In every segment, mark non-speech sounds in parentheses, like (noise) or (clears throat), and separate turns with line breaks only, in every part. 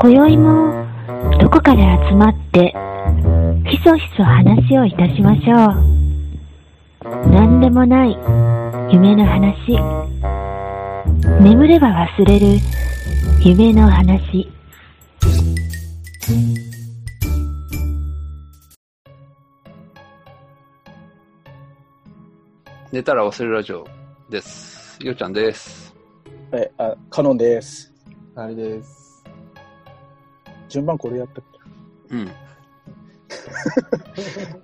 今宵もどこかで集まってひそひそ話をいたしましょう何でもない夢の話眠れば忘れる夢の話
寝たら忘れるラジオです。ようちゃんです。
はい、あ、カノンです。
あれです。
順番これやったっ
うん。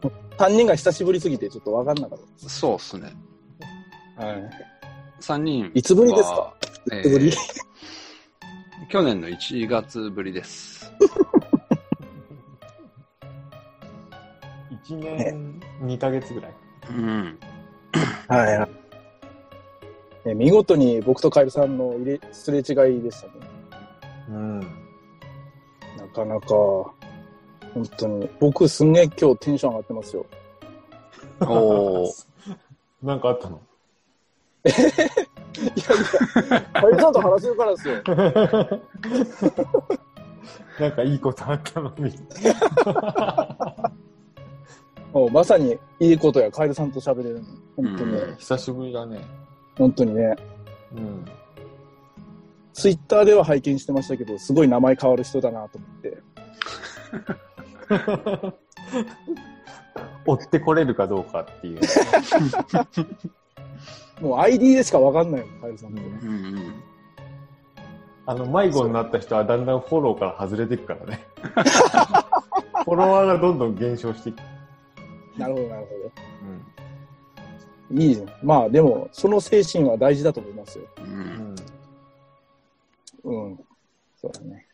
け ?3 人が久しぶりすぎてちょっとわかんなかっ
そうっすね。
た。はい。
3人。
いつぶりですか
えー
いつぶり
去年の1月ぶりです。
1年2ヶ月ぐらい。
うん。
はいはい。え見事に僕とカエルさんの入れすれ違いでしたね。
うん。
なかなか、本当に。僕すんげえ今日テンション上がってますよ。
おー。
なんかあ (laughs) ったの
いやいや、カエルさんと話せるからですよ。
なんかいいことあったのみたい
(laughs) もうまさにいいことやカエルさんと喋れるの。本当に、
う
な。久しぶりだね。
本当にね。
うん。
ツイッターでは拝見してましたけど、すごい名前変わる人だなと思って。
(laughs) 追ってこれるかどうかっていう。
もう ID でしかわかんないもん、カエルさんって。
うんうん。
あの、迷子になった人はだんだんフォローから外れていくから (laughs) ね。フォロワーがどんどん減少していく。
なるほど、なるほど。
うん。
いいじゃん。まあでも、その精神は大事だと思いますよ。
う
うんん、
うん。そうだね。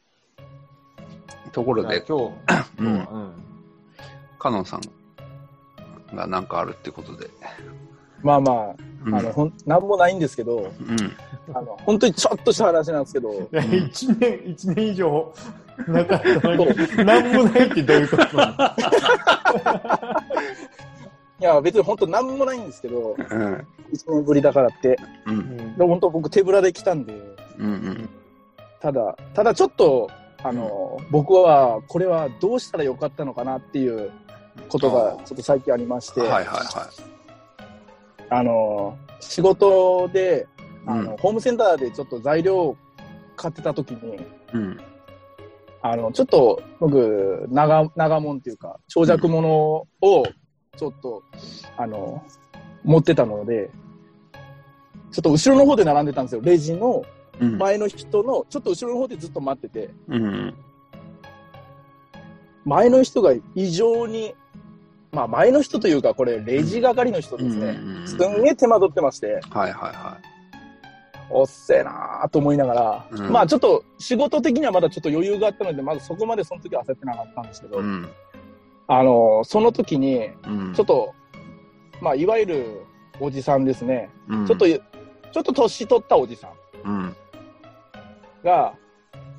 ところ
今
で
日、、今日
うん、
は、
カノンさんがなんかあるってことで。
まあま
う
あ、
ん
あ。の、ほん、なんもないんですけど、
うん
あの、本当にちょっとした話なんですけど、
うん。い
(laughs)
や、一年、一年以上、なかったのに、なんもないってどういうことなの
(laughs)
いや、別に本当なんもないんですけど、
うん。
1年ぶりだからって、
う。
うんん
で本当僕手ぶらで来たんで、
うんうん。
ただ、ただちょっと、あの、僕は、これはどうしたらよかったのかなっていうことが、ちょっと最近ありまして、
はいはいは
あの、仕事で、
い。
あの、ホームセンターでちょっと材料を買ってた時に、
うん。
あの、ちょっと、僕、長、長物っていうか、長尺物を、ちょっと、あの、持ってたので、ちょっと後ろの方で並んでたんですよ。レジの
うん。
前の人の、ちょっと後ろの方でずっと待ってて、
うん。
前の人が異常に、まあ前の人というか、これ、レジ係の人
う
で
ん
すね。
うん。
すんげえ手間取ってまして、
はいはいは
おっせえなーと思いながら、
うん
まあちょっと仕事的にはまだちょっと余裕があったので、まだそこまでその時は焦ってなかったんですけ
い。
ど、
うん。
あの、その時に、
うん。
ちょっと、まあ、いわゆるおじさんですね。
うん
ちょっと、、ちょっと年取ったおじさん
うん。
が、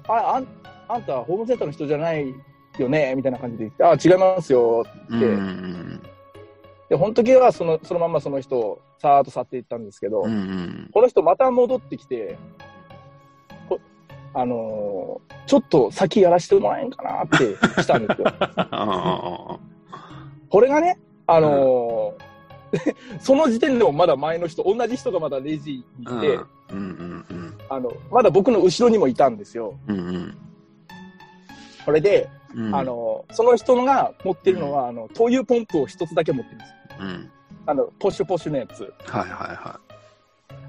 あ、あん、あんたホームセンターの人じゃないよねみたいな感じで言って、あ、違いますよ。
うんうん
で、本時はその、そのまんまその人をさーっと去っていったんですけど、
うん。うん
この人また戻ってきて、こあのーちょっと先やらせてもらえんかなってしたんで
(laughs)
すよ。これがね、あのー (laughs) その時点でもまだ前の人、同じ人がまだレジにいて、
うん。で、うんうん
あの、まだ僕の後ろにもいたんですよ。
うん。うん
それで、
うん。
あ、の、その人が持ってるのは、あの、灯油ポンプを一つだけ持ってるんです。
うん。
あの、ポシュポシュのやつ。
はいはいは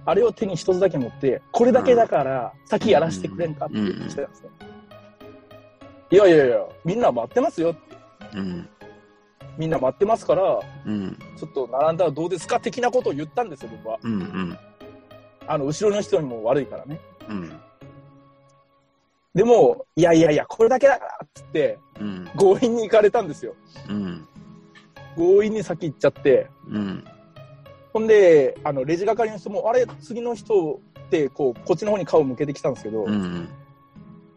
あれを手に一つだけ持って、これだけだから、先やらせてくれんかって言ってきたんですね。いやいやいや、みんな待ってますよ。
い。うん。
みんな待ってますから、
うん。
ちょっと並んだらどうですか的なことを言ったんですよ、僕は。
うんうん。
あの、後ろの人にも悪いからね。
うん。
でも、いやいやいや、これだけだからっつって、
うん。
強引に行かれたんですよ。
うん。
強引に先行っちゃって、
うん。
ほんで、あの、レジ係の人も、あれ、次の人って、こう、こっちの方に顔向けてきたんですけど、
う
い
ん。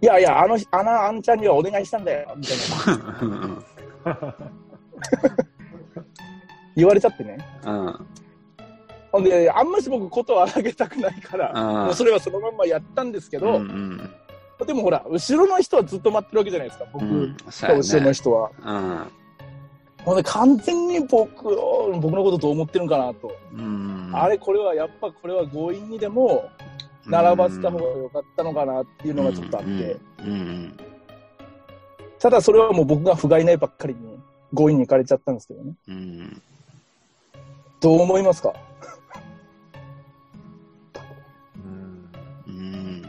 やいや、あの、あの、あんちゃんにはお願いしたんだよ、みたいな、言われちゃってね。ほんで、あんまし僕、ことを荒げたくないから、もうそれはそのまんまやったんですけど、
うん。
でもほら、後ろの人はずっと待ってるわけじゃないですか、僕
うん。そう
と
や
後ろの
ね。
人は。
うん。
もうね、完全に僕を、僕のことどう思ってるんかなと。
うん。
あれ、これは、やっぱこれは強引にでも、並ばせた方が良かったのかなっていうのがちょっとあって。
うん。うん。
ただそれはもう僕が不甲斐ないばっかりに、強引に行かれちゃったんですけどね。
うんうん。
どう思いますか
うん
うん。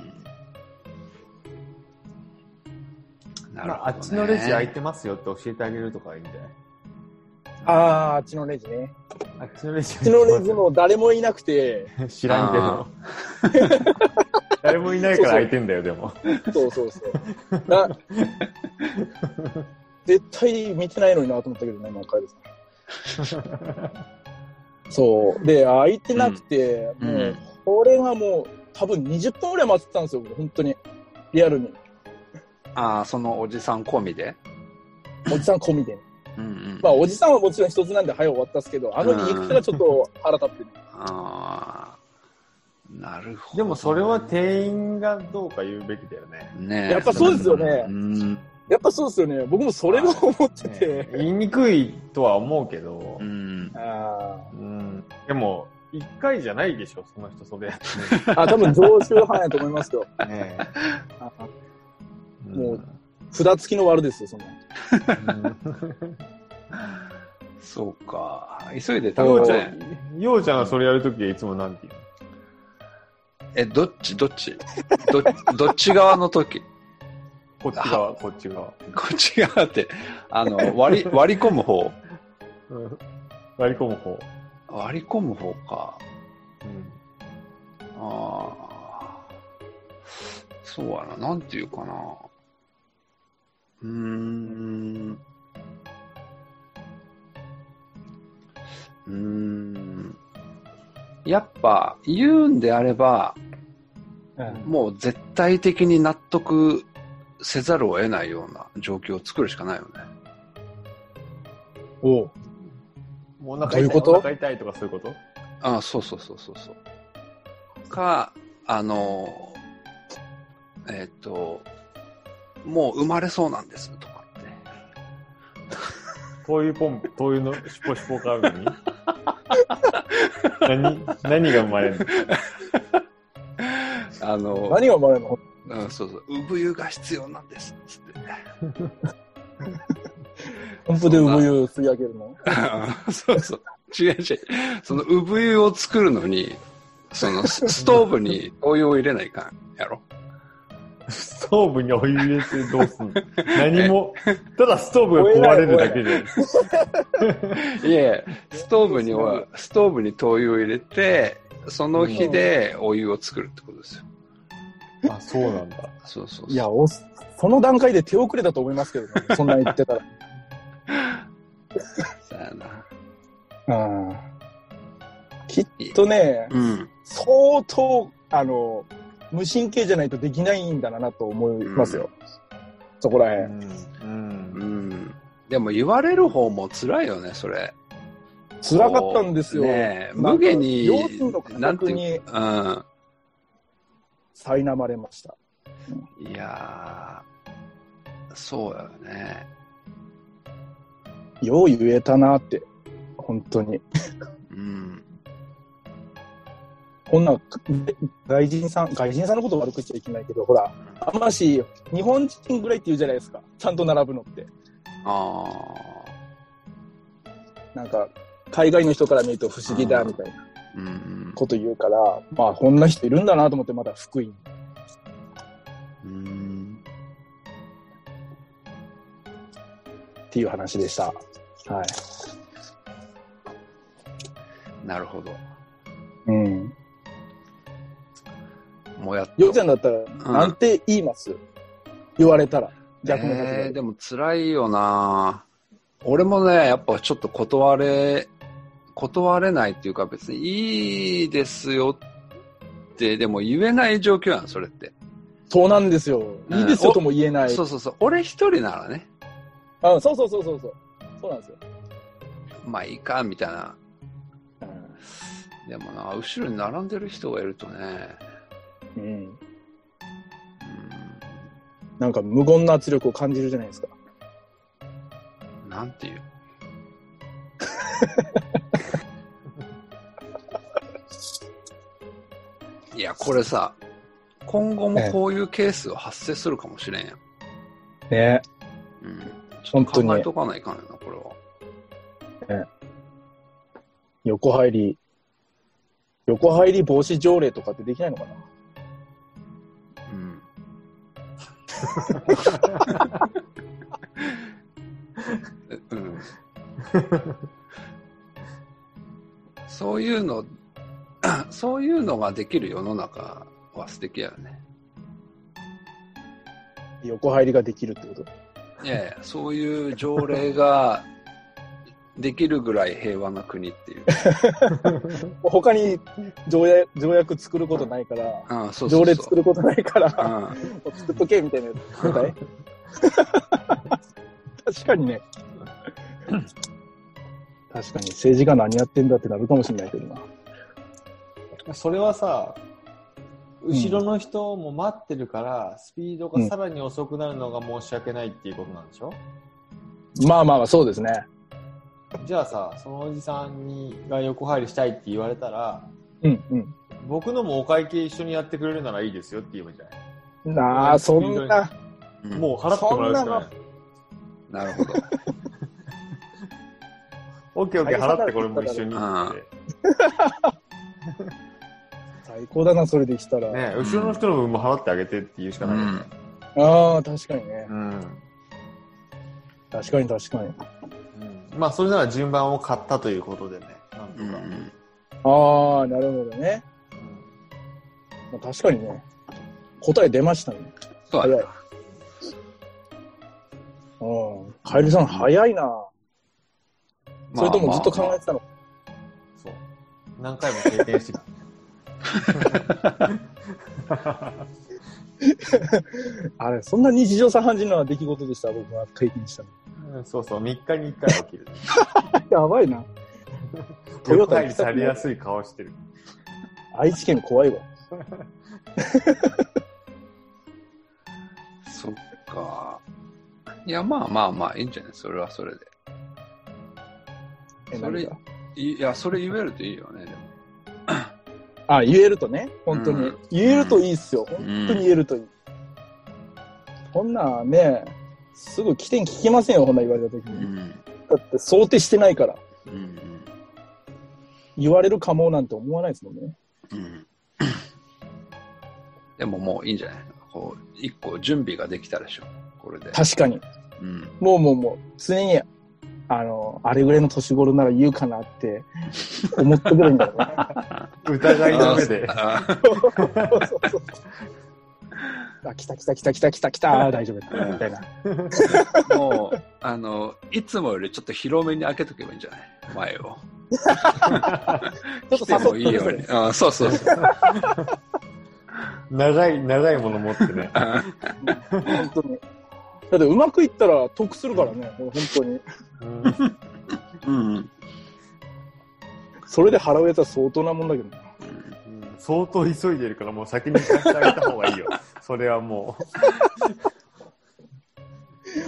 なるほ
ま
どね
あ、あっちのレジ空いてますよって教えてあげるとかいいんじゃない
ああ、あっちのレジね。
あっちのレジ
あっちのレジも誰もいなくて、
(laughs) 知らんけど。 (laughs) 誰もいないから空いてんだよ、でも。
そうそうそう。な絶対見てないのになと思ったけどね、何回ですか。そう。で、空いてなくて、
うん
も
う、
うんこれがもう、多分20分ぐらい待ってたんですよ、僕本当に。リアルに。
ああ、そのおじさん込みで。
おじさん込みで。
うんうん。
まあ、おじさんはもちろん一つなんで早終わったっすけど、あの言い方がちょっと腹立ってる。
ああ、なるほど。
でもそれは店員がどうか言うべきだよね。
ねえ
やっぱそうですよね
うん。
やっぱそうですよね。僕もそれが思ってて。
ね (laughs) 言いにくいとは思うけど
う、ん。
あ
うん、でも、一回じゃないでしょ、その人、それや
ーあ、多分常習犯やと思いますよ。
って (laughs) ね。
あー
うん
もう札付きの悪ですよ、そんな。
そうか。急いで
よ
食
う
べ
ち
た
ゃ
ね。
ん、ようちゃんがそれやるときはいつもなんて言う
え、どっちどっちどどっち側の時
のこっち
(laughs)
側、こっち側。
こっち側って、あの、割り、割り込む方。
うん割り込む方。
割り込む方か。
うん
ああ。そうやな。なんていうかな。うーん。うーん。やっぱ、言うんであれば、もう絶対的に納得せざるを得ないような状況を作るしかないよね。
おう
お腹
どういう
痛い
こと
お腹痛いとかそういうこと
ああそうそうそうそうそう。か、あの、えっ、と、もう生まれそうなんですとかって。
灯油ポンプ、灯油のシュポシュポがあるのに何、何が生まれるの
あの、
何が生まれるの
うん、そうそう、産湯が必要なんですっつって。 (laughs)
本当で産湯吸い上げるの
そうそう。違う違う。その産湯を作るのに、その (laughs) スストーブに灯油を入れないかんやろ。
ストーブにお湯入れてどうすんの何も、ただストーブが壊れるだけで。
いやいや、ストーブには、ストーブに灯油を入れて、その火でお湯を作るってことですよ。
あ、そうなんだ。
そうそうそう。
いや、おその段階で手遅れだと思いますけどね、そんなん言ってたら。
さやな。
うんきっとね、
うん。
相当、あの、無神経じゃないとできないんだなと思いますよ。そこらへん。
う
う
ん。
ん。でも言われる方も辛いよね、それ。
辛かったんですよ。
ねえ
なんか
無下に
両親の家
なんて
族
い
に
ううん。
苛まれました。
いやー、そうだよね。
よう言えたなって、本当に。
うん。
こんな、外人さん、外人さんのこと悪く言っちゃいけないけど、ほら、あんまし、日本人ぐらいって言うじゃないですか。ちゃんと並ぶのって。
あ
なんか、海外の人から見ると不思議だ、みたいな
ー。うん
こと言うから、まあ、こんな人いるんだなと思って、まだ福井に。
うん。うん。
っていう話でした。はい。
なるほど。
うん。
もやっ
よくちゃんだったら、なんて言います、言われたら。逆の立場で。
えーでも辛いよな俺もね、やっぱちょっと断れ、断れないっていうか別にいいですよって、でも言えない状況やん、それって。
そうなんですよ。
うん
いいですよとも言えない。
そうそうそう。俺一人ならね、
あそうそうそうそうそう。そうなんですよ。
まあいいか、みたいな。
うん
でもな、後ろに並んでる人がいるとね、
うん。
うん
なんか無言の圧力を感じるじゃないですか。
なんて
(laughs)
いう。いや、これさ、今後もこういうケースが発生するかもしれんやん。
ね
うん。ちょっ
本
と
当に
考えとかないかんよな、これは。
横入り、横入り防止条例とかってできないのかな
うん。えうん。そういうの、そういうのができる世の中は素敵やよね。
横入りができるってこと。
いやいや、そういう条例ができるぐらい平和な国っていう。
他に条約条約作ることないから、
うん、そうそ
条
う
例
そ
作
う。
ることないから、
うん、
もう作っとけみたいなやつ。なんかね (laughs) 確かにね。確かに政治家何やってんだってなるかもしれないけどな。
それはさ、後ろの人も待ってるから、スピードがさらに遅くなるのが申し訳ないっていうことなんでしょ、
まあまあまあ、そうですね。
じゃあさ、そのおじさんにが横入りしたいって言われたら、
うんう
僕のもお会計一緒にやってくれるならいいですよって言えばいいんじゃない、
ん。なあ、そんな、
うん
もう払ってもらうし
そんな
かな
の
い。
なるほど。
オッケーオッケー払ってこれも一緒にって。
最高だな、それできたら。
ね、後ろの人の分も払ってあげてって言うしかないよね。
ああ、確かにね。
うん。
確かに確かに。
うんまあ、それなら順番を買ったということでね。なんと
うんう
か。
ん
ああ、なるほどね。
うん
まあ確かにね。答え出ましたね。
そう
早
や
い。うん。カエルさん、早いな。それともずっと考えてたの。
そう。何回も経験してきた。
あれ、そんな日常茶飯事な出来事でした、僕が経験したの。
うんそうそう、3日に1回は起きる。
(laughs) やばいな。トヨ
横
タ行
入り
きた
さ
く
れ
な
や
い
すい顔してる。
愛知県怖いわ。
そっか。いや、まあまあまあ、いいんじゃないそれはそれで。
え
それ
何が
いいや、それ言えるといいよね、でも。
あ、言えるとね。本当に。
うん
言えるといいっすよ。本当に言えるといい。こんなね、すぐ起点聞きませんよ、こんな言われた時
う
に。
ん。
だって想定してないから。
うん。
言われるかもなんて思わないですもんね。
うん。でももういいんじゃないこう、一個準備ができたでしょ。これで。
確かに。
うん。
もうもうもう、常に、あの、あれぐらいの年頃なら言うかなって思ってくるんだよ
(laughs)
ね。
疑いの目で。
あー
そうそうそうあ、来た来た来た来た来た来た、あー大丈夫だみたいな。
もう、あの、いつもよりちょっと広めに開けとけばいいんじゃない前を。
ちょ
来
っと
て
誘っ
も
と
いいように。あーそうそうそう。
長い、長いもの持ってね。
本当に。だってうまくいったら得するからね、もう本当に。
うん
うん。うん
それで払うやつは相当なもんだけど。
うん相当急いでるから、もう先に行かせてあげた方がいいよ。それはも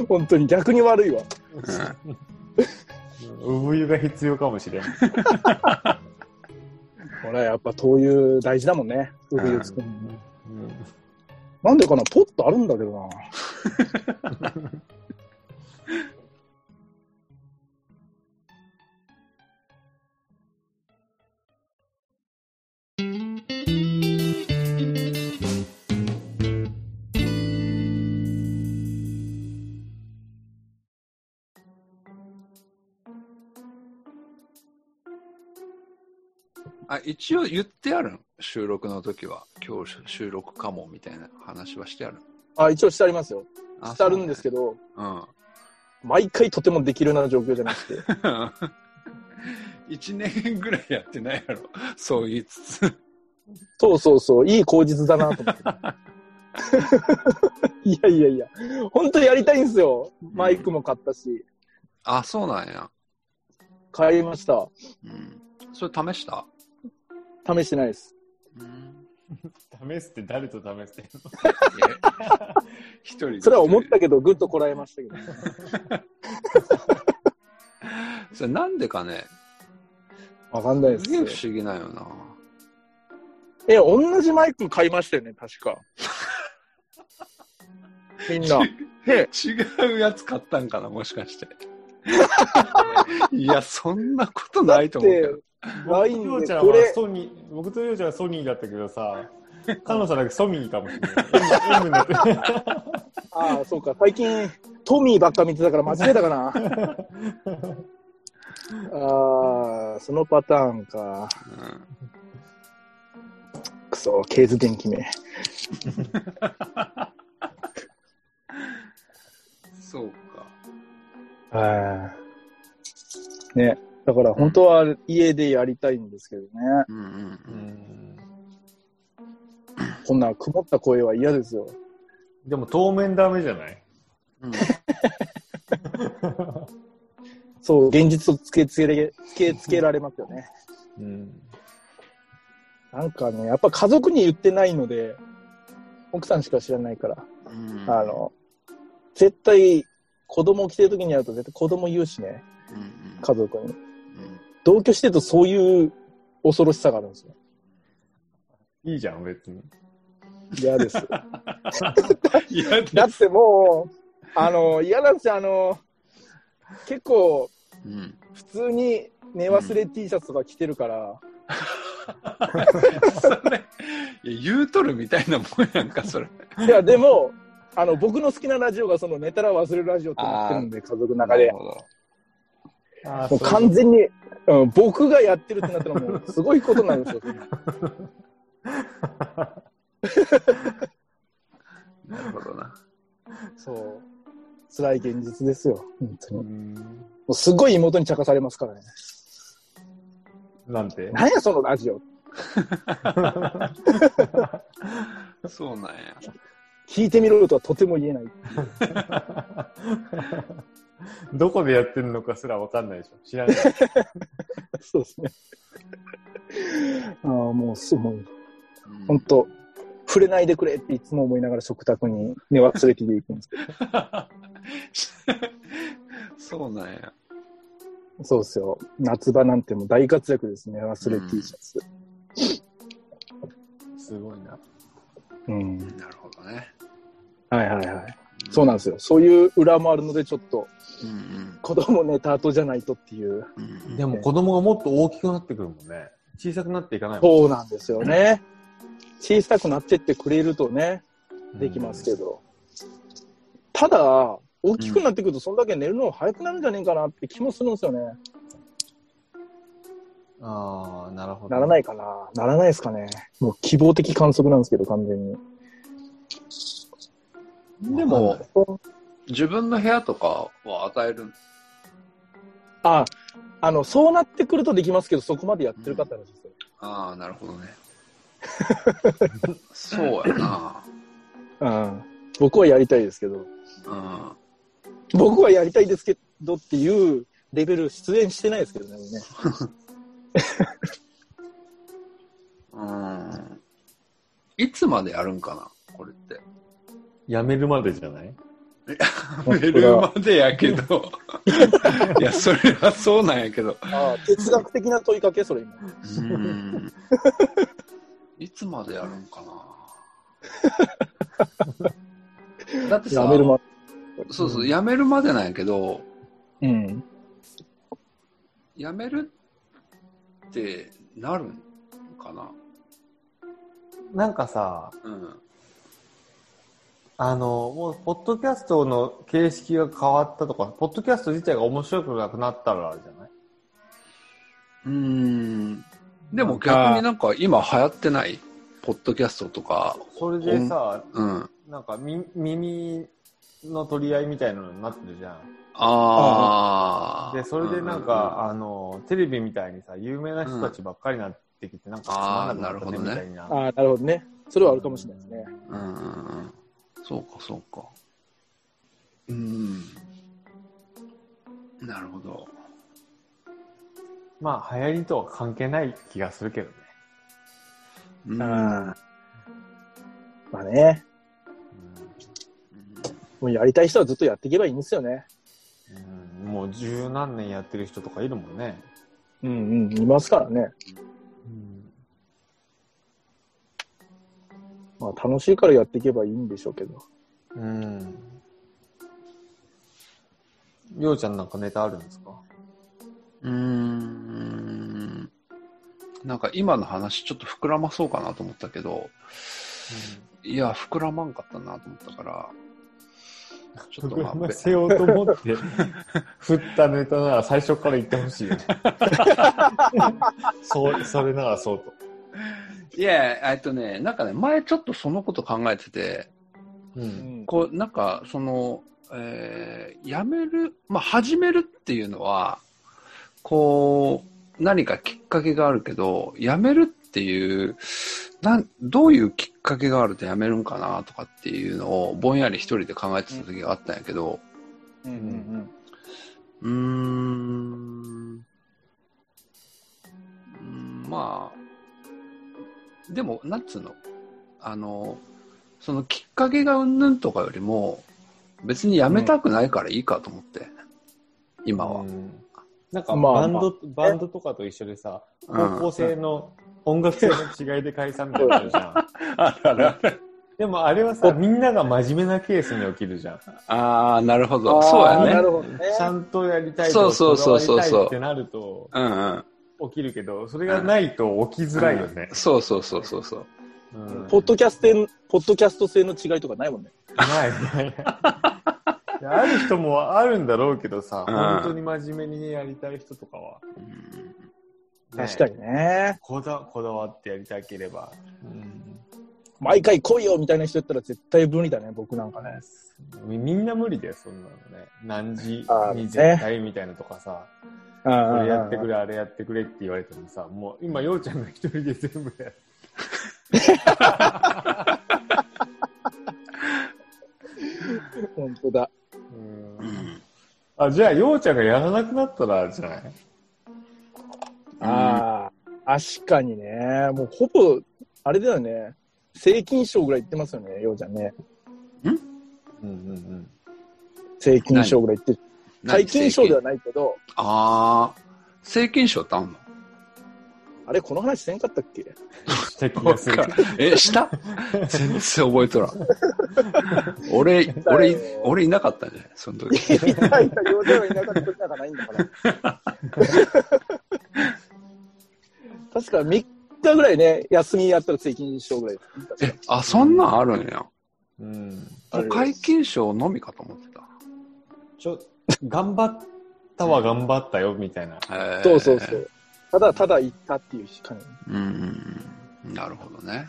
本当に逆に悪いわ。
う、産湯が必要かもしれん。
ほら、やっぱ灯油大事だもんね。産油作るの
うん
なんでかな、ポッとあるんだけどな。
あ一応言ってあるん収録の時は。今日収録かもみたいな話はしてある
あ、一応してありますよ。
あ
してあるんですけど、
うん。
毎回とてもできるような状況じゃなくて。
1年ぐらいやってないやろ。そう言いつつ。
そうそうそう、いい口実だなと (laughs) 思って。いやいやいや、本当にやりたいんですよ。マイクも買ったし、
あ、そうなんや。
買いました。
うん。それ試した
試してないです。
うん。
試すって誰と試してんの
一人で
それは思ったけど、ぐっとこらえましたけど。
それなんでかね、
わかんないですす
げえ
よ。
不思議なんよな。
え、同じマイク買いましたよね、確か。みんな。ね
違うやつ買ったんかな、もしかして。いや、そんなことないと思うけど。
ライ
僕とよ
ン
うち
で
ゃん
こ
は
れ、
ソニー、僕とようちゃんはソニーだったけどさ、彼女さんだけソミーかもしれない。M, M になってる。
ああ、そうか、最近、トミーばっか見てたから間違えたかな。 (laughs) ああ、そのパターンか。
うん
くそ、ケーズ電機名。
そうか。
ああ。ね、だから本当は家でやりたいんですけどね。
うんうん
う
うん。
ん
こんな曇った声は嫌ですよ。
でも当面ダメじゃない
うん
そう、現実をつけつけれつけつけられますよね。
うん。
なんかね、やっぱ家族に言ってないので、奥さんしか知らないから、
うん
(laughs) あの、絶対、子供来てる時に会うと絶対子供言うしね、
うんうん
家族に。
うん
同居してるとそういう恐ろしさがあるんですよ。
いいじゃん、別に。
嫌です。
いや、
だってもう、あの、嫌なんですよ、あの、結構、
うん。
普通に寝忘れ T シャツとか着てるから、
それ、いや言うとるみたいなもんやんか、それ。
いや、でも、あの、僕の好きなラジオが、その、寝たら忘れるラジオってなってるんで、家族の中で
なる。ほど
あ
もう完全に、うん、僕がやってるってなったら、もう、すごいことになるんですよ。
なるほどな。
そう。辛い現実ですよ、本当に。
う
も
ん
うすごい妹に茶化されますからね。
なんて (laughs)
何や、そのラジオ。
そうなんや。
聞いてみろとはとても言えない。 (laughs)
どこでやってるのかすらわかんないでしょ。知らない。
そうですね。ああ、もう、すもう、
うん
本当触れないでくれっていつも思いながら食卓に寝忘れて行くんですけ
(laughs) そうなんや。
ど。そうですよ。夏場なんてもう大活躍ですね。忘れ T シャツ。
すごいな。
うん。
なるほどね。
はいはいはい。そうなんですよ。そういう裏もあるので、ちょっと
うん
子供寝た後じゃないとっていう。
うんうん
でも子供がもっと大きくなってくるもんね。小さくなっていかないもん
そうなんですよね。小さくなってってくれるとね、できますけど。ただ、大きくなってくると、そんだけ寝るの早くなるんじゃねえかなって気もするんですよね。
ああ、なるほど。
ならないかなならないですかね。もう希望的観測なんですけど、完全に。
でも、自分の部屋とかは与えるん
あ、あの、そうなってくるとできますけど、そこまでやってる方なんですよ。
ああ、なるほど
(laughs)
ね。そうやな。
うん。僕はやりたいですけど。
うん。
僕はやりたいですけどっていうレベル出演してないですけどね。もうね
うん。いつまでやるんかなこれって。
やめるまでじゃない
(laughs)
当だ
寝るまでやけ
(laughs)
ど。いや、それはそうなんやけど。
ああ哲学的な問いかけ、それ今。
うん。いつまでやるんかなだってさ、
やめるま。
そうそう、やめるまでなんやけど、
うん。
やめるってなるんかな
なんかさ、
うん。
あの、もう、ポッドキャストの形式が変わったとか、ポッドキャスト自体が面白くなくなったらじゃないう
ーん。でも逆になんか今流行ってないポッドキャストとか。
それでさ、
うん。
なんかみ、耳の取り合いみたいなのになってるじゃん。
ああ。
で、それでなん
ううう
か、あの、テレビみたいにさ、有名な人たちばっかりになってきて、なんかつまんなくなった
あー
ねみ
なるほどね
たいな。
ああ、なるほどね。それはあるかもしれないですね。
うんうんうん。そうか、そうか。うん。なるほど。
まあ、流行りとは関係ない気がするけどね。
うん。
あまあね。もうやりたい人はずっとやっていけばいいんですよね。
うんもう十何年やってる人とかいるもんね。
うんうん、いますからね。
うん
まあ楽しいからやっていけばいいんでしょうけど。
うん。ようちゃんなんかネタあるんですか
うーん。なんか今の話ちょっと膨らまそうかなと思ったけど、いや、膨らまんかったなと思ったから、ちょっ
(laughs) 膨
とま
ら
あ、
ま
べ
せようと思って、 (laughs) 振ったネタなら最初から言ってほしい
(laughs)
よね。そう、それならそうと。
いや、えっとね、なんかね、前ちょっとそのこと考えてて、
う。
うんん。
こう、なんか、その、えーやめる、まあ、始めるっていうのは、こう、何かきっかけがあるけど、やめるっていう、なん、どういうきっかけがあるとやめるんかなとかっていうのを、ぼんやり一人で考えてた時があったんやけど、
うんうん
うーん、うーんまあ、でも、なんつうの、あの、そのきっかけがうんぬんとかよりも、別にやめたくないからいいかと思って、今は。
うんなんか
まあ
バンド、バンドとかと一緒でさ、
うん
高校生の音楽性の違いで解散みたいなのあるじゃん。
あらら
でもあれはさ、みんなが真面目なケースに起きるじゃん。
あー、なるほ
うん。
ど。そう
あーな
やね。
るほどね。
ちゃんとやりたい
そうそうそうそうそう
こだわりたいってなると
うんうん。
起きるけど、それがないと起きづらいよね。
そうそうそうそうそう。
うん
ポッドキャスト、ポッドキャスト性の違いとかないもんね。
ない (laughs) ないないやある人もあるんだろうけどさ、
うん
本当に真面目にやりたい人とかは、
うん
ね
確かにね。
こだこだわってやりたければ、うん
毎回来いよみたいな人やったら絶対無理だね、僕なんかね。
みみんな無理だよそんなのね何時
あー
に絶対みたいなとかさ、こ
あ
れやってく
れ。
れあれやってくれって言われてもさもう今ようちゃんが一人で全部やる
本当だ。
うん
あじゃあようちゃんがやらなくなったらじゃない
ああ、確かにね。もうほぼ、あれだよね。正金賞ぐらい行ってますよね、ようちゃんね。
うんうんうん
正金賞ぐらい行ってる。大金賞では
何
ないけど、
あー、正金賞ってあんの
あれ、この話せんかったっけ
した気がする
え、した全然覚えとらん。俺、俺、俺いなかったんじゃないその時。
いやいやいや、ようちゃんはいなかったことなんかないんだから。 (laughs) 確か3日ぐらいね、休みやったら正金賞ぐらい。
え、あ、そんなんあるんや。
うん
もう解禁賞のみかと思って
ちょ頑張ったは頑張ったよみたいな
た。へー
そうそうそ。う。ただただ行ったっていう感じ。
うんうんうん。なるほどね。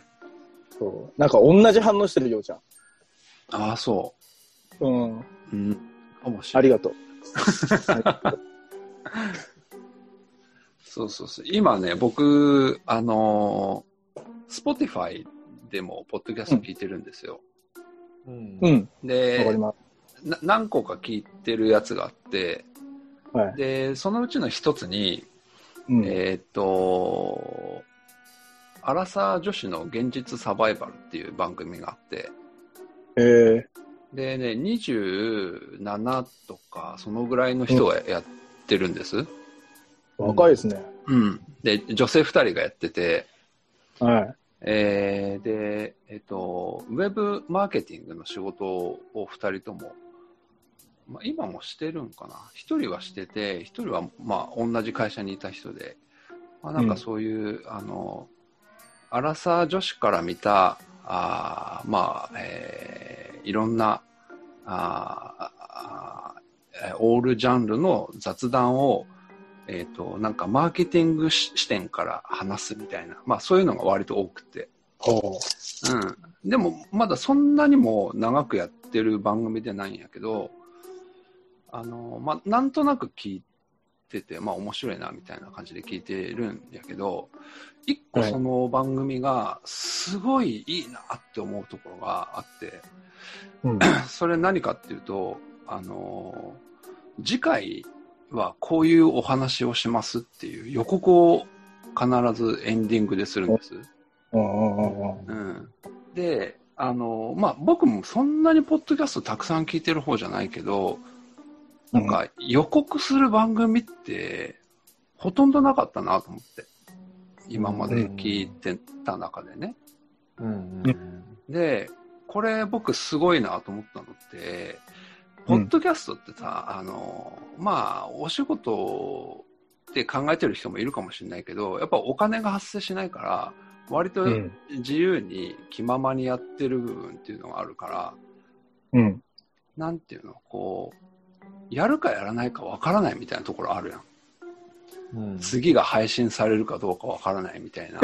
そう。なんか同じ反応してるようちゃん。
ああ、そ
うん。
う。うん。かもし
あ
れ
り
ない。
がとう。
そうそうそう。今ね、僕、あのー、Spotify でも、ポッドキャスト聞いてるんですよ。
うん
うん。わか
で
り、ます。
な何個か聞いてるやつがあって、
はい。
で、そのうちの一つに、
うん。
えーっと、アラサー女子の現実サバイバルっていう番組があって、
え
でね、27とか、そのぐらいの人がやってるんです。
ー、若いですね。
うん。で、女性2人がやってて、
はい。
えーで、えっと、ウェブマーケティングの仕事を2人とも、まあ、今もしてるんかな。1人はしてて、1人は、まあ、同じ会社にいた人で、まあ、なんかそういう、あの、アラサー女子から見た、あーまあ、えーいろんな、あーあーえーオールジャンルの雑談を、えっ、と、なんかマーケティングし視点から話すみたいな、まあそういうのが割と多くて。
ほ
うん。でも、まだそんなにも長くやってる番組でないんやけど、あの、まあなんとなく聞いてて、まあ面白いなみたいな感じで聞いてるんやけど、一個
はい
その番組がすごいいいなって思うところがあって、
う。うん。
(clears throat) それ何かっていうと、あのー次回はこういうお話をしますっていう予告を必ずエンディングでするんです。
うんうんうんうん。
うん、で、あの、まあ、僕もそんなにポッドキャストたくさん聞いてる方じゃないけど、なんか予告する番組って、ほとんどなかったなと思って。今まで聞いてた中でね。
うん
う
で、これ僕すごいなと思ったのって、ポッドキャストってさ、あの、まあ、お仕事って考えてる人もいるかもしれないけど、やっぱお金が発生しないから、割と
うん。
自由に気ままにやってる部分っていうのがあるから、
うん。
なんていうの、こう、やるかやらないかわからないみたいなところあるやん。
うん
次が配信されるかどうかわからないみたいな。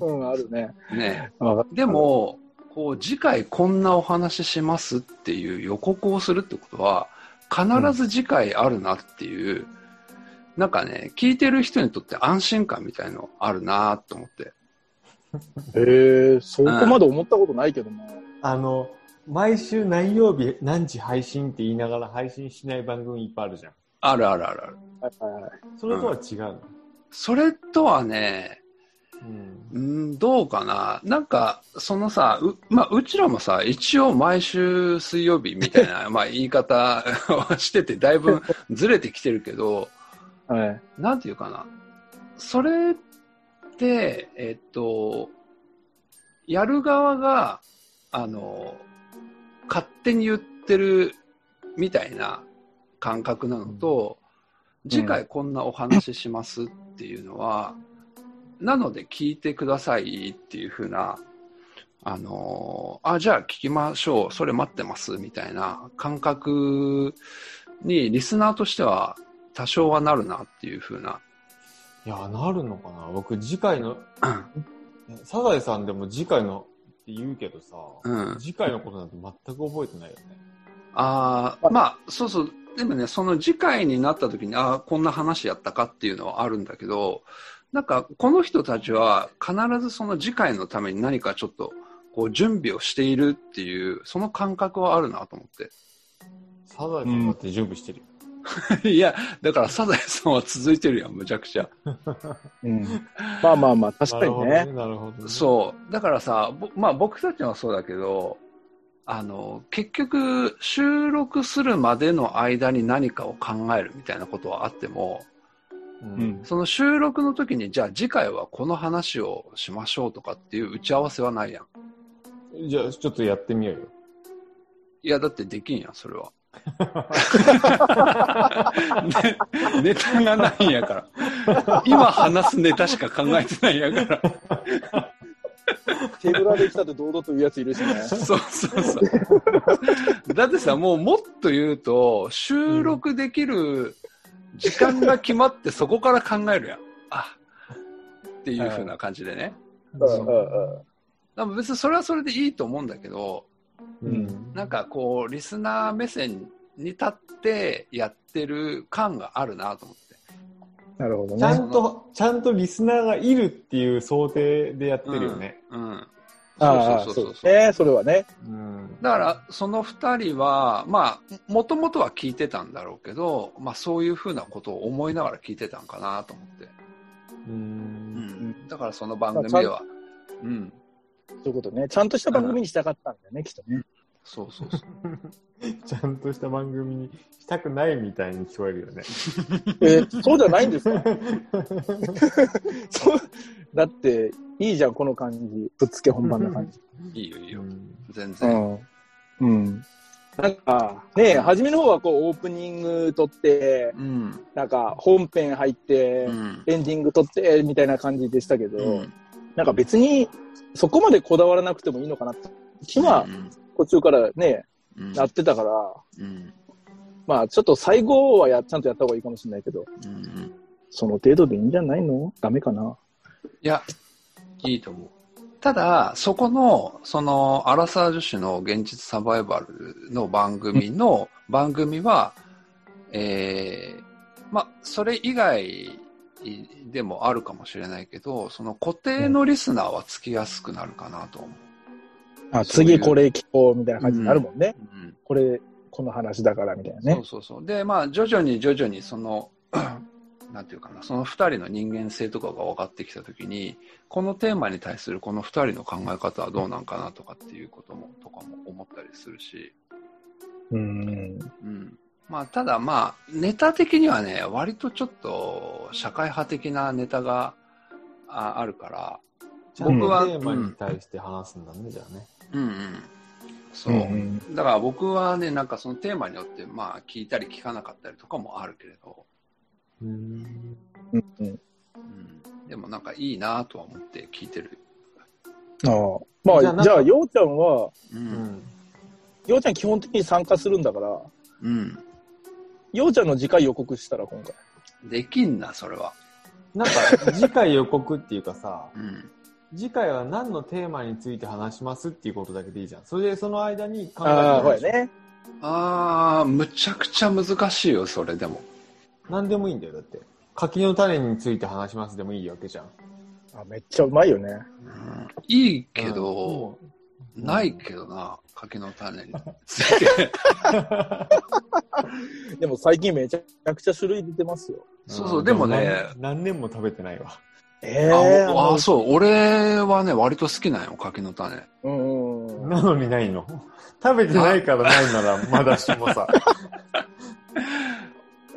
うん、あるね。
ね。
わかる
で、も、こう、次回こんなお話ししますっていう予告をするってことは、必ず次回あるなっていう、なんかね、聞いてる人にとって安心感みたいのあるなと思って。
えー、そこまで思ったことないけども。
あの、毎週何曜日何時配信って言いながら配信しない番組いっぱいあるじゃん。
あるあるあるある。
はいはいはい。
それとは違うの。
それとはね、
うん。
うん、どうかななんか、そのさ、う、まあ、うちらもさ、一応毎週水曜日みたいな、まあ、言い方をしてて、だいぶずれてきてるけど、
はい。
なんていうかな。それって、えっと、やる側が、あの、勝手に言ってるみたいな感覚なのと、次回こんなお話ししますっていうのは、なので聞いてくださいっていうふうな、あの、あ、じゃあ聞きましょう、それ待ってますみたいな感覚にリスナーとしては多少はなるなっていう風な。
いや、なるのかな僕、次回の、サザエさんでも次回のって言うけどさ、
うん。
次回のことなんて全く覚えてないよね。
ああ、まあ、そうそう。でもね、その次回になった時に、ああ、こんな話やったかっていうのはあるんだけど、なんか、この人たちは必ずその次回のために何かちょっと、こう、準備をしているっていう、その感覚はあるなと思っ
サザエさんだって準備してるよ。
て。 (laughs) いや、だから、サザエさんは続いてるやん、むちゃくちゃ。
うん。 (laughs) まあまあまあ、確かに
なるほど
ね。
ね。なるほどね
そう。だからさ、ぼまあ僕たちはそうだけど、あの、結局、収録するまでの間に何かを考えるみたいなことはあっても、
うん。
その収録の時に、じゃあ次回はこの話をしましょうとかっていう打ち合わせはないやん。
じゃあ、ちょっとやってみようよ。
いや、だってできんやん、それは。ねネタがないんやから。今話すネタしか考えてないんやから。
手ぶらで来たって堂々と言うやついるしね。
そうそうそう。だってさ、もうもっと言うと、収録できる時間が決まって、そこから考えるやん。あっていう風な感じでね。
うんうんうん。
でも別にそれはそれでいいと思うんだけど、
う
なんかこう、リスナー目線に立ってやってる感があるなと思って。
なるほど
ちゃ
ね。
んと、ちゃんとリスナーがいるっていう想定でやってるよね。
うん。
ああ、
そうそう
そ
そう
う
そう。
ね。それはね。
うん。
だから、その二人は、まあ、もともとは聞いてたんだろうけど、まあそういう風なことを思いながら聞いてたんかなと思って。
う。
うんん、だからその番組では、うん、
そういうことね。ちゃんとした番組にしたかったんだよね、きっとね。
そうそうそう。
ちゃんとした番組にしたくないみたいに聞こえるよ (laughs) ね。
えーそうじゃないんですかそうだって、いいじゃん、この感じ。ぶっつけ本番な感じ。
いいよいいうよ、
ん
全然。
ん。うん。なんか、ねえ、初めの方はこう、オープニング撮って、
うん、
なんか、本編入って、
うん、
エンディング撮って、みたいな感じでしたけど、
うん、
なんか別に、そこまでこだわらなくてもいいのかなって。今、途中からね、
うん、
なってたから、
うん、
まあちょっと最後はや、ちゃんとやった方がいいかもしれないけど、
うん、
その程度でいいんじゃないのダメかない
や、いいと思う。ただ、そこの、その、アラサー女子の現実サバイバルの番組の、番組は、ええま、それ以外でもあるかもしれないけど、その固定のリスナーはつきやすくなるかなと思う。
あ
そういう
次これ聞こうみたいな感じになるもんね。
うん
これ、この話だからみたいなね
そう。そうそう。で、まあ、徐々に徐々に、その、 (clears throat) なんていうかな、その二人の人間性とかが分かってきたときに、このテーマに対するこの二人の考え方はどうなんかなとかっていうことも、とかも思ったりするし、
うん。
うん。まあ、ただまあ、ネタ的にはね、割とちょっと社会派的なネタがああるから、
ちゃん
僕は
とテーマに対して話すんだね、じゃあね。
うんうん。そう。
ん
だから僕はね、なんかそのテーマによって、まあ、聞いたり聞かなかったりとかもあるけれど、
うん。
うん。
うん、でもなんかいいなとは思って聞いてる。
ああ。まあ、
じ
じ
ゃあ
ゃあ、
なんか
ようちゃんは、
う。
うんん。
ようちゃん基本的に参加するんだから、
うん。
ようちゃんの次回予告したら、今回。
できんな、それは。
なんか、次回予告っていうかさ、
うん。
次回は何のテーマについて話しますっていうことだけでいいじゃん。それでその間に考えて
ああ、ほ
もい
ら
いじゃん
ね。
あー、むちゃくちゃ難しいよ、それでも。
何でもいいんだよ、だって。柿の種について話しますでもいいわけじゃん。
あめっちゃうまいよね。
うん、いいけど、
もう
ないけどな、柿の種について。
でも最近めちゃくちゃ種類出てますよ。
う
そうそうでもね
何何年も食べてないわ。
ええ
あ
の
おあ、そう、俺はね、割と好きなんよ、柿の種。
うんうんうん。
なのにないの。食べてないからない
(laughs)
なら、まだしもさ。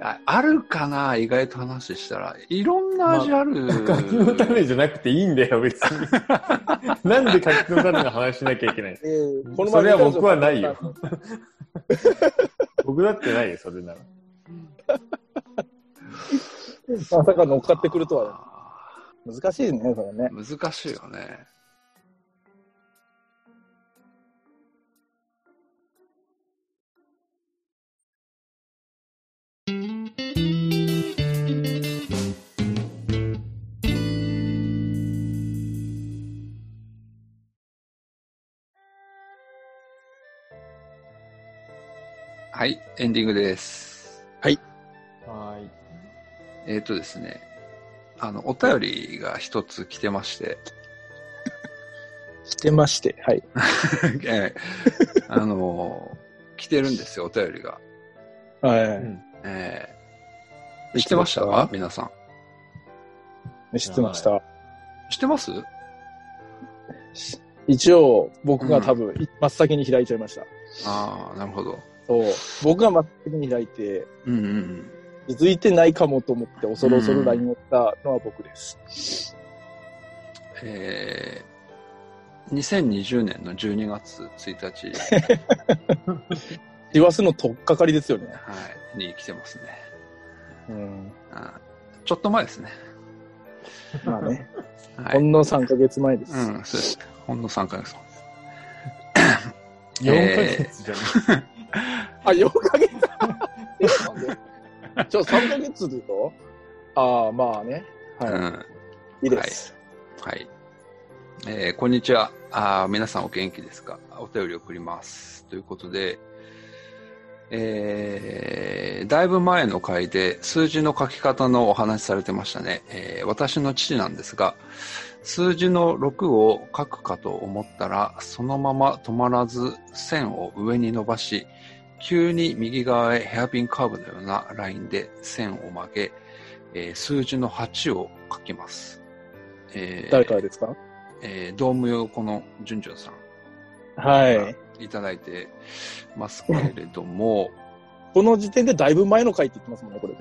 ああるかな意外と話したら。いろんな味ある。
柿の種じゃなくていいんだよ、別
(laughs)
に。なんで柿の種の話しなきゃいけない
えー
のそれは僕はないよ。。僕だってないよ、それなら。
まさか乗っかってくるとは、難しいね、それね。
難しいよね。はい、エンディングです。
はーい。
えっ、とですね、あの、お便りが一つ来てまして、
してまして、はい。
えーあのー来てるんですよ、お便りが。
は
えー知ってましたか皆さん。
い。知ってました。
知ってます
一応、僕が多分、真っ先に開いちゃいました。
ああ、なるほど。
そう。僕が真っ先に開いて、
うんうんうん。
気づいてないかもと思って、恐る恐る LINE をしたのは僕です。
えー、2020年の12月1日、
言わすの取っかかりですよね。
はい、に来てますね。
うん。
あーちょっと前ですね。
まあね。
は
(laughs) ほ
い。
んの3ヶ月前です。
うん、そうです。ほんの3ヶ月。
4ヶ月じゃ
あ、4ヶ月えなんでちょ、3ヶ月でとああ、まあね。はい。
うん。
いいです。
はい。えーこんにちはあー。皆さんお元気ですかお便り送ります。ということで、えーだいぶ前の回で数字の書き方のお話しされてましたね。えー私の父なんですが、数字の6を書くかと思ったら、そのまま止まらず線を上に伸ばし、急に右側へヘアピンカーブのようなラインで線を曲げ、えー数字の8を書きます。えー
誰からですか
えー、ドーム横のじゅんじゅんさ
はい。
んいただいてますけれども、
この時点でだいぶ前の回って言ってますもんね、これね。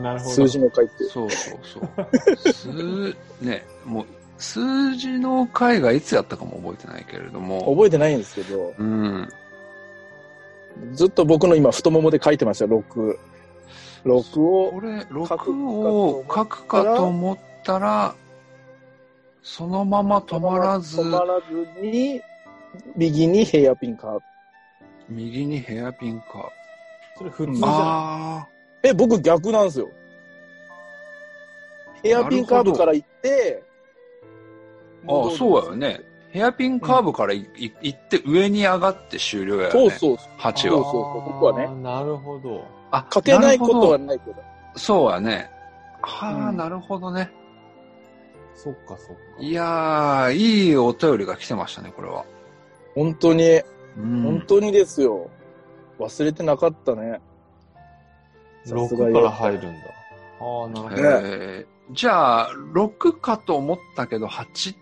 ん。なるほど。
数字の回って。
そうそうそう。数、ね、もう、数字の回がいつやったかも覚えてないけれども、
覚えてないんですけど、
うん、
ずっと僕の今、太ももで書いてました、6。6を
こ、れ、6を書くかと思ったら、そのまま止まらず
止、まらずに、右にヘアピンカーブ。
右にヘアピンか。
それ普通じゃ
あ
え、僕逆なんですよ。ヘアピンカーブから行って、
ーあー、そうやよね。。ヘアピンカーブからいい行って上に上がって終了やよ
そう
ね。
そうそう。
8
ない
は
そう。そうそう僕はね
あーなるほど。
あ、
書けないことは
るほ
ないけど。
ど。そうやね。はあ、
うん
なるほどね。
そっかそっか。
いやー、いいお便りが来てましたね、これは。
本当に、
う
本
ん。
当にですよ。忘れてなかったね。さすが
6
よ
から入るんだ。ああ、なるほど。
えーじゃあ、6かと思ったけど、8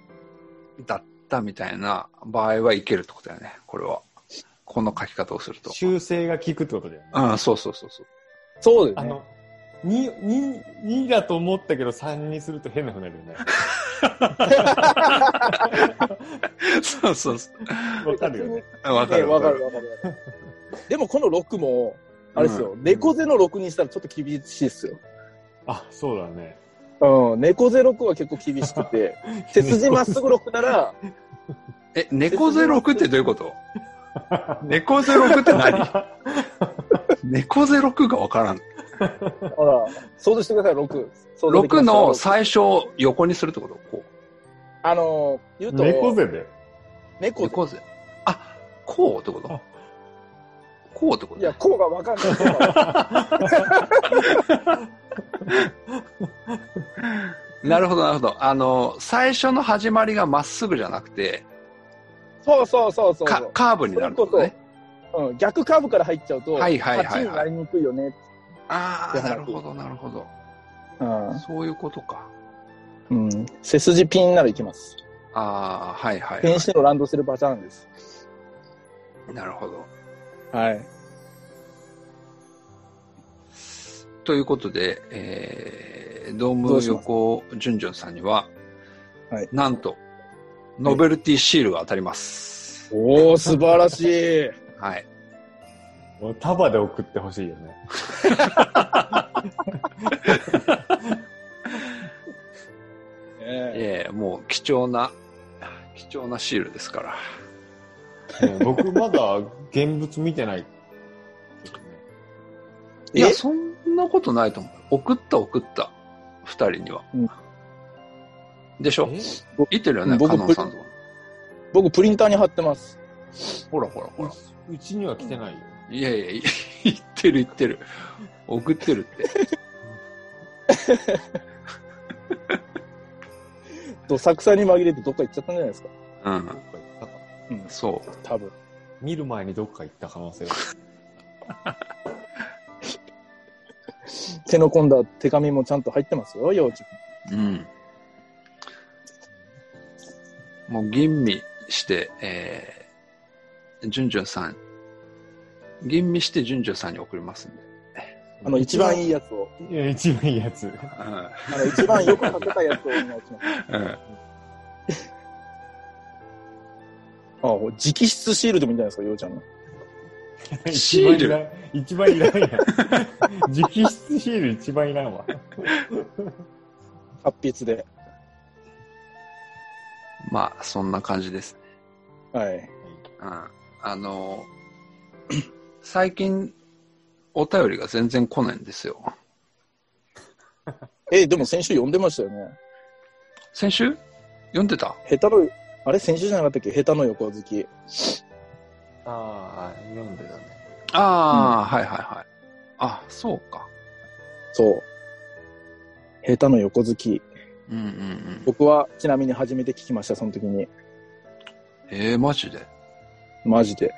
だったみたいな場合はいけるってことだよね、これは。この書き方をすると。
修正が効くってことだよね。
うん、そうそうそうそう。
そうで
あ
すね。
の、に、に、にだと思ったけど3にすると変なふうになるよね。
そうそうそ
わかるよね。
う。わか
ええ
るわ
わ
か
か
る。
るわかるわかる。でもこの6も、あれですよ、猫背の6にしたらちょっと厳しいっすよ。
(laughs) あ、そうだね。
うん、猫背6は結構厳しく
(laughs)
て、背筋まっすぐ6なら、
え、猫ゼロ6ってどういうこと
(laughs)
猫ゼロ6って何猫ゼロ6がわからん。
ほら、想像してください、6。想像
6
できますか
の最初を横にするってことこ
あの、言うと、
猫背で。
う。
猫背。
猫背。あ、こうってこと
あ
こうってこと
いや、こうがわかんない。
なるほど、なるほど。あの、最初の始まりがまっすぐじゃなくて、
そうそうそうそう。
かカーブになるってことね。
うん、逆カーブから入っちゃうと、
はいはいはいはい
8になりにくいよね。
あ
い
あ、な
や
るほど、なるほど。そういうことか。
うん。うん。背筋ピンならいきます。
ああ、はいはい、
ペ
は
ンシのランドセルパターンです。
い。なるほど。
はい。
ということで、えー、ドー
ど
ム
うします
横順々さんには、
はい
なんと、ノベルティシールが当たります。
おー、素晴らし (laughs) い。
はい。
もう束で送ってほしいよ (laughs) ね。
ええ
ええもう貴重な、貴重なシールですから。
ね僕まだ現物見てない。
いや、
え
そんなことないと思う。送った送った。二人には。
うん
でしょ
え
言ってるよね、
僕
カノンさんとか。
僕、プリンターに貼ってます。
ほらほらほら。
うちには来てないよ。
いやいや、言ってる言ってる。送ってるって。
どさくさに紛れてどっか行っちゃったんじゃないですか。
うん。
うん、
そ
多分。
見る前にどっか行った可能性が
手の込んだ手紙もちゃんと入ってますよ、幼児。
う。うん。もう吟味して、えー、じゅんじゅんさん。吟味してじゅんじゅんさんに送りますんで。
あの、一番いいやつを。
いや、一番いいやつ。
あの、一番よく書けたやつをお願いします。
うん。うん。
あ、直筆シールでもいいんじゃないですか、ようちゃんの。
シール
一番いらんやん。直筆シール一番いらんわ。
達筆で。
まあ、そんな感じです。
はい。
うん。あの、 (clears throat) 最近、お便りが全然来ないんですよ。
え、でも先週読んでましたよね。
先週読んでた
下手の、あれ先週じゃなかったっけ下手の横好き。
ああ、読んでたね。
ああ、はいはいはい。あ、そうか。
そう。下手の横好き。
うんうんうん。
僕はちなみに初めて聞きました、その時に。
えー、マジで。
マジで。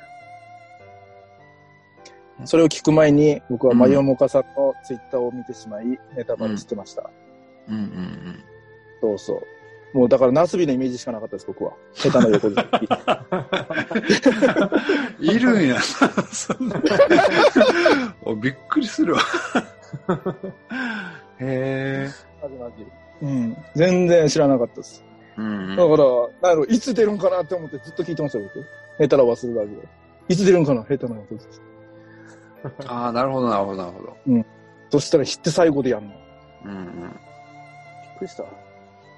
それを聞く前に、僕はマヨモカさんのツイッターを見てしまい、ネタバレしてました。
うんうんうん。
そうそう。もうだから、ナスビのイメージしかなかったです、僕は。下手の横好き。
いる (laughs) んやな、そんな。おびっくりするわ。へえ。
うん。全然知らなかったです。
うんうん
だから、なんやろ、いつ出るんかなって思ってずっと聞いてましたよ、僕。下手ら忘れるラジオ。いつ出るんかな下手なことです。
ああ、なるほど、なるほど、なるほど。
そしたら、知って最後でやんの。び
うんうん。
っくりした。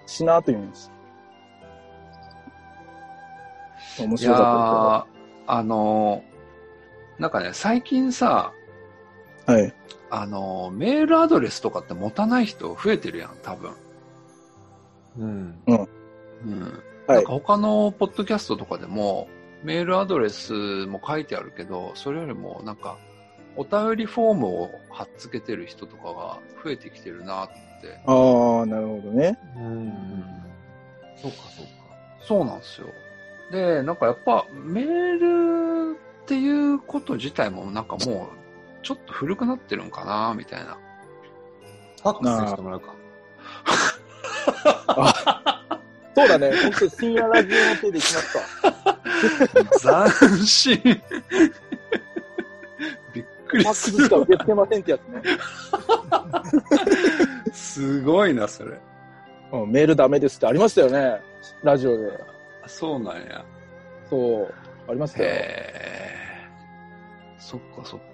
しなーと言うんです。面
い
白
や
か
ーあのーなんかね、最近さ、
ったですはい。
あのーメールアドレスとかって持たない人増えてるやん、多分。
うん。
うん。
はい
なんか他のポッドキャストとかでも、メールアドレスも書いてあるけど、それよりもなんか、お便りフォームを貼っつけてる人とかが増えてきてるなって。
あー、なるほどね。
うん。そうか、そうか。
そうなんですよ。で、なんかやっぱメールっていうこと自体もなんかもう、ちょっと古くなってるんかな、みたい
(laughs)
な。
ファックスしてもらうか。
そうだね。本当に深夜ラジオの手で来ました。
斬新。 (laughs) びっく
ファ
り
ック
す
スし
る
か。受け付けませんってやつね。
すごいな、それ。
うん、メールダメですってありましたよね。ラジオで。
あそうなんや。
そう。ありましたよ。
へえ。そっかそっか。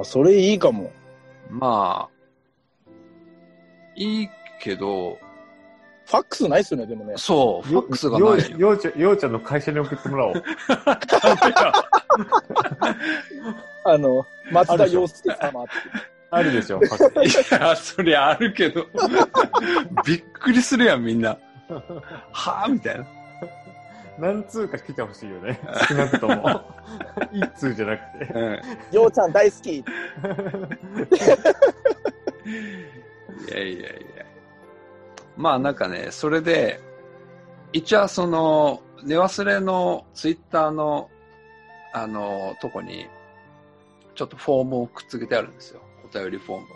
あ、それいいかも。
まあ、いいけど、
ファックスないっすよね、でもね。
そう、ファックスがない
よ
よ。 (laughs)
うちゃん、ようちゃんの会社に送ってもらおう。 (laughs)
あの、松田洋介様って。
あるでしょ、ファックス
いや、そりゃあるけど。びっくりするやん、みんな。はあみたいな。
何通か来てほしいよ
(laughs)
ね。少なくとも。 (laughs) 一通じゃなくて。
うん
洋ちゃん大好き。
いやいやいや。まあなんかね、それで、一応その、寝忘れのツイッターの、あの、とこに、ちょっとフォームをくっつけてあるんですよ。お便りフォーム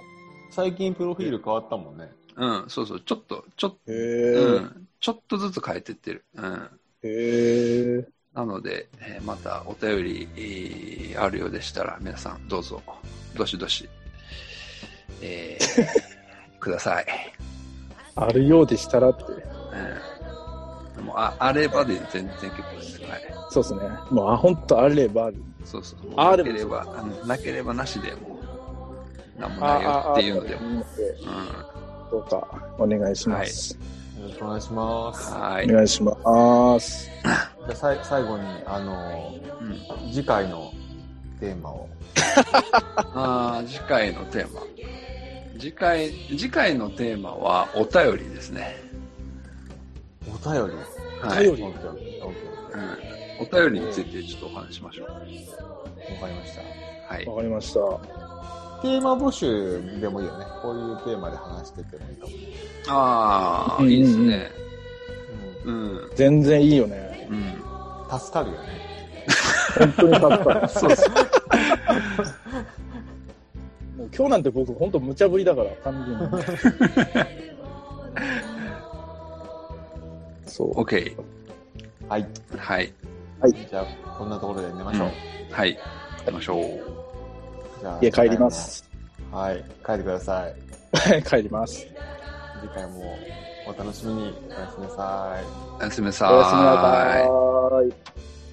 最近プロフィール変わったもんね。
を。うん、そうそう、ちょっと、ちょっと、
へ
う
ー
ん、ちょっとずつ変えてってる。うん。
へー
なので、えーまたお便り、えーあるようでしたら、皆さんどうぞ、どしどし、え
(laughs)
ーください。
あるようでしたらって。
うん、もうああればで全然結構です。はい。
そうですね。まあ、ほんとあればある。
そうそう。
あ
な
で
け
も
れば、あのなければなしでもう、なんもないよ
あ
っていうのでも。
ああ
うん、
どうか、お願いします。
よろしくお願いします。
は
お
い、
願いします。
じゃあさい最後に、あのー
うん。
次回のテーマを。
あー次回のテーマ。次回、次回のテーマはお便りですね。
お便り。
はい。
オッケーオッケーオッケー
うん、お便りについてちょっとお話ししましょう。
わかりました。
はい
わ。かりました。
テーマ募集でもいいよね。こういうテーマで話しててもいいかも。
ああ、
うんうん
い
うん
いですね。うん。
全然いいよね。
うん。
うん、助かるよね。
本当に助かる。
そうそう。
もう今日なんて僕、本当無茶ぶりだから、完全に。そう。
OK。
はい。
はい。
じゃあ、こんなところで寝ましょう。
うんはい。行きましょう。
じゃあ
家帰りま。す。
次回もはい。帰ってください。
帰ります。
次回もお楽しみに。おやすみなさい。
おやすみな
お
さ
やすみな
ーい。
さい。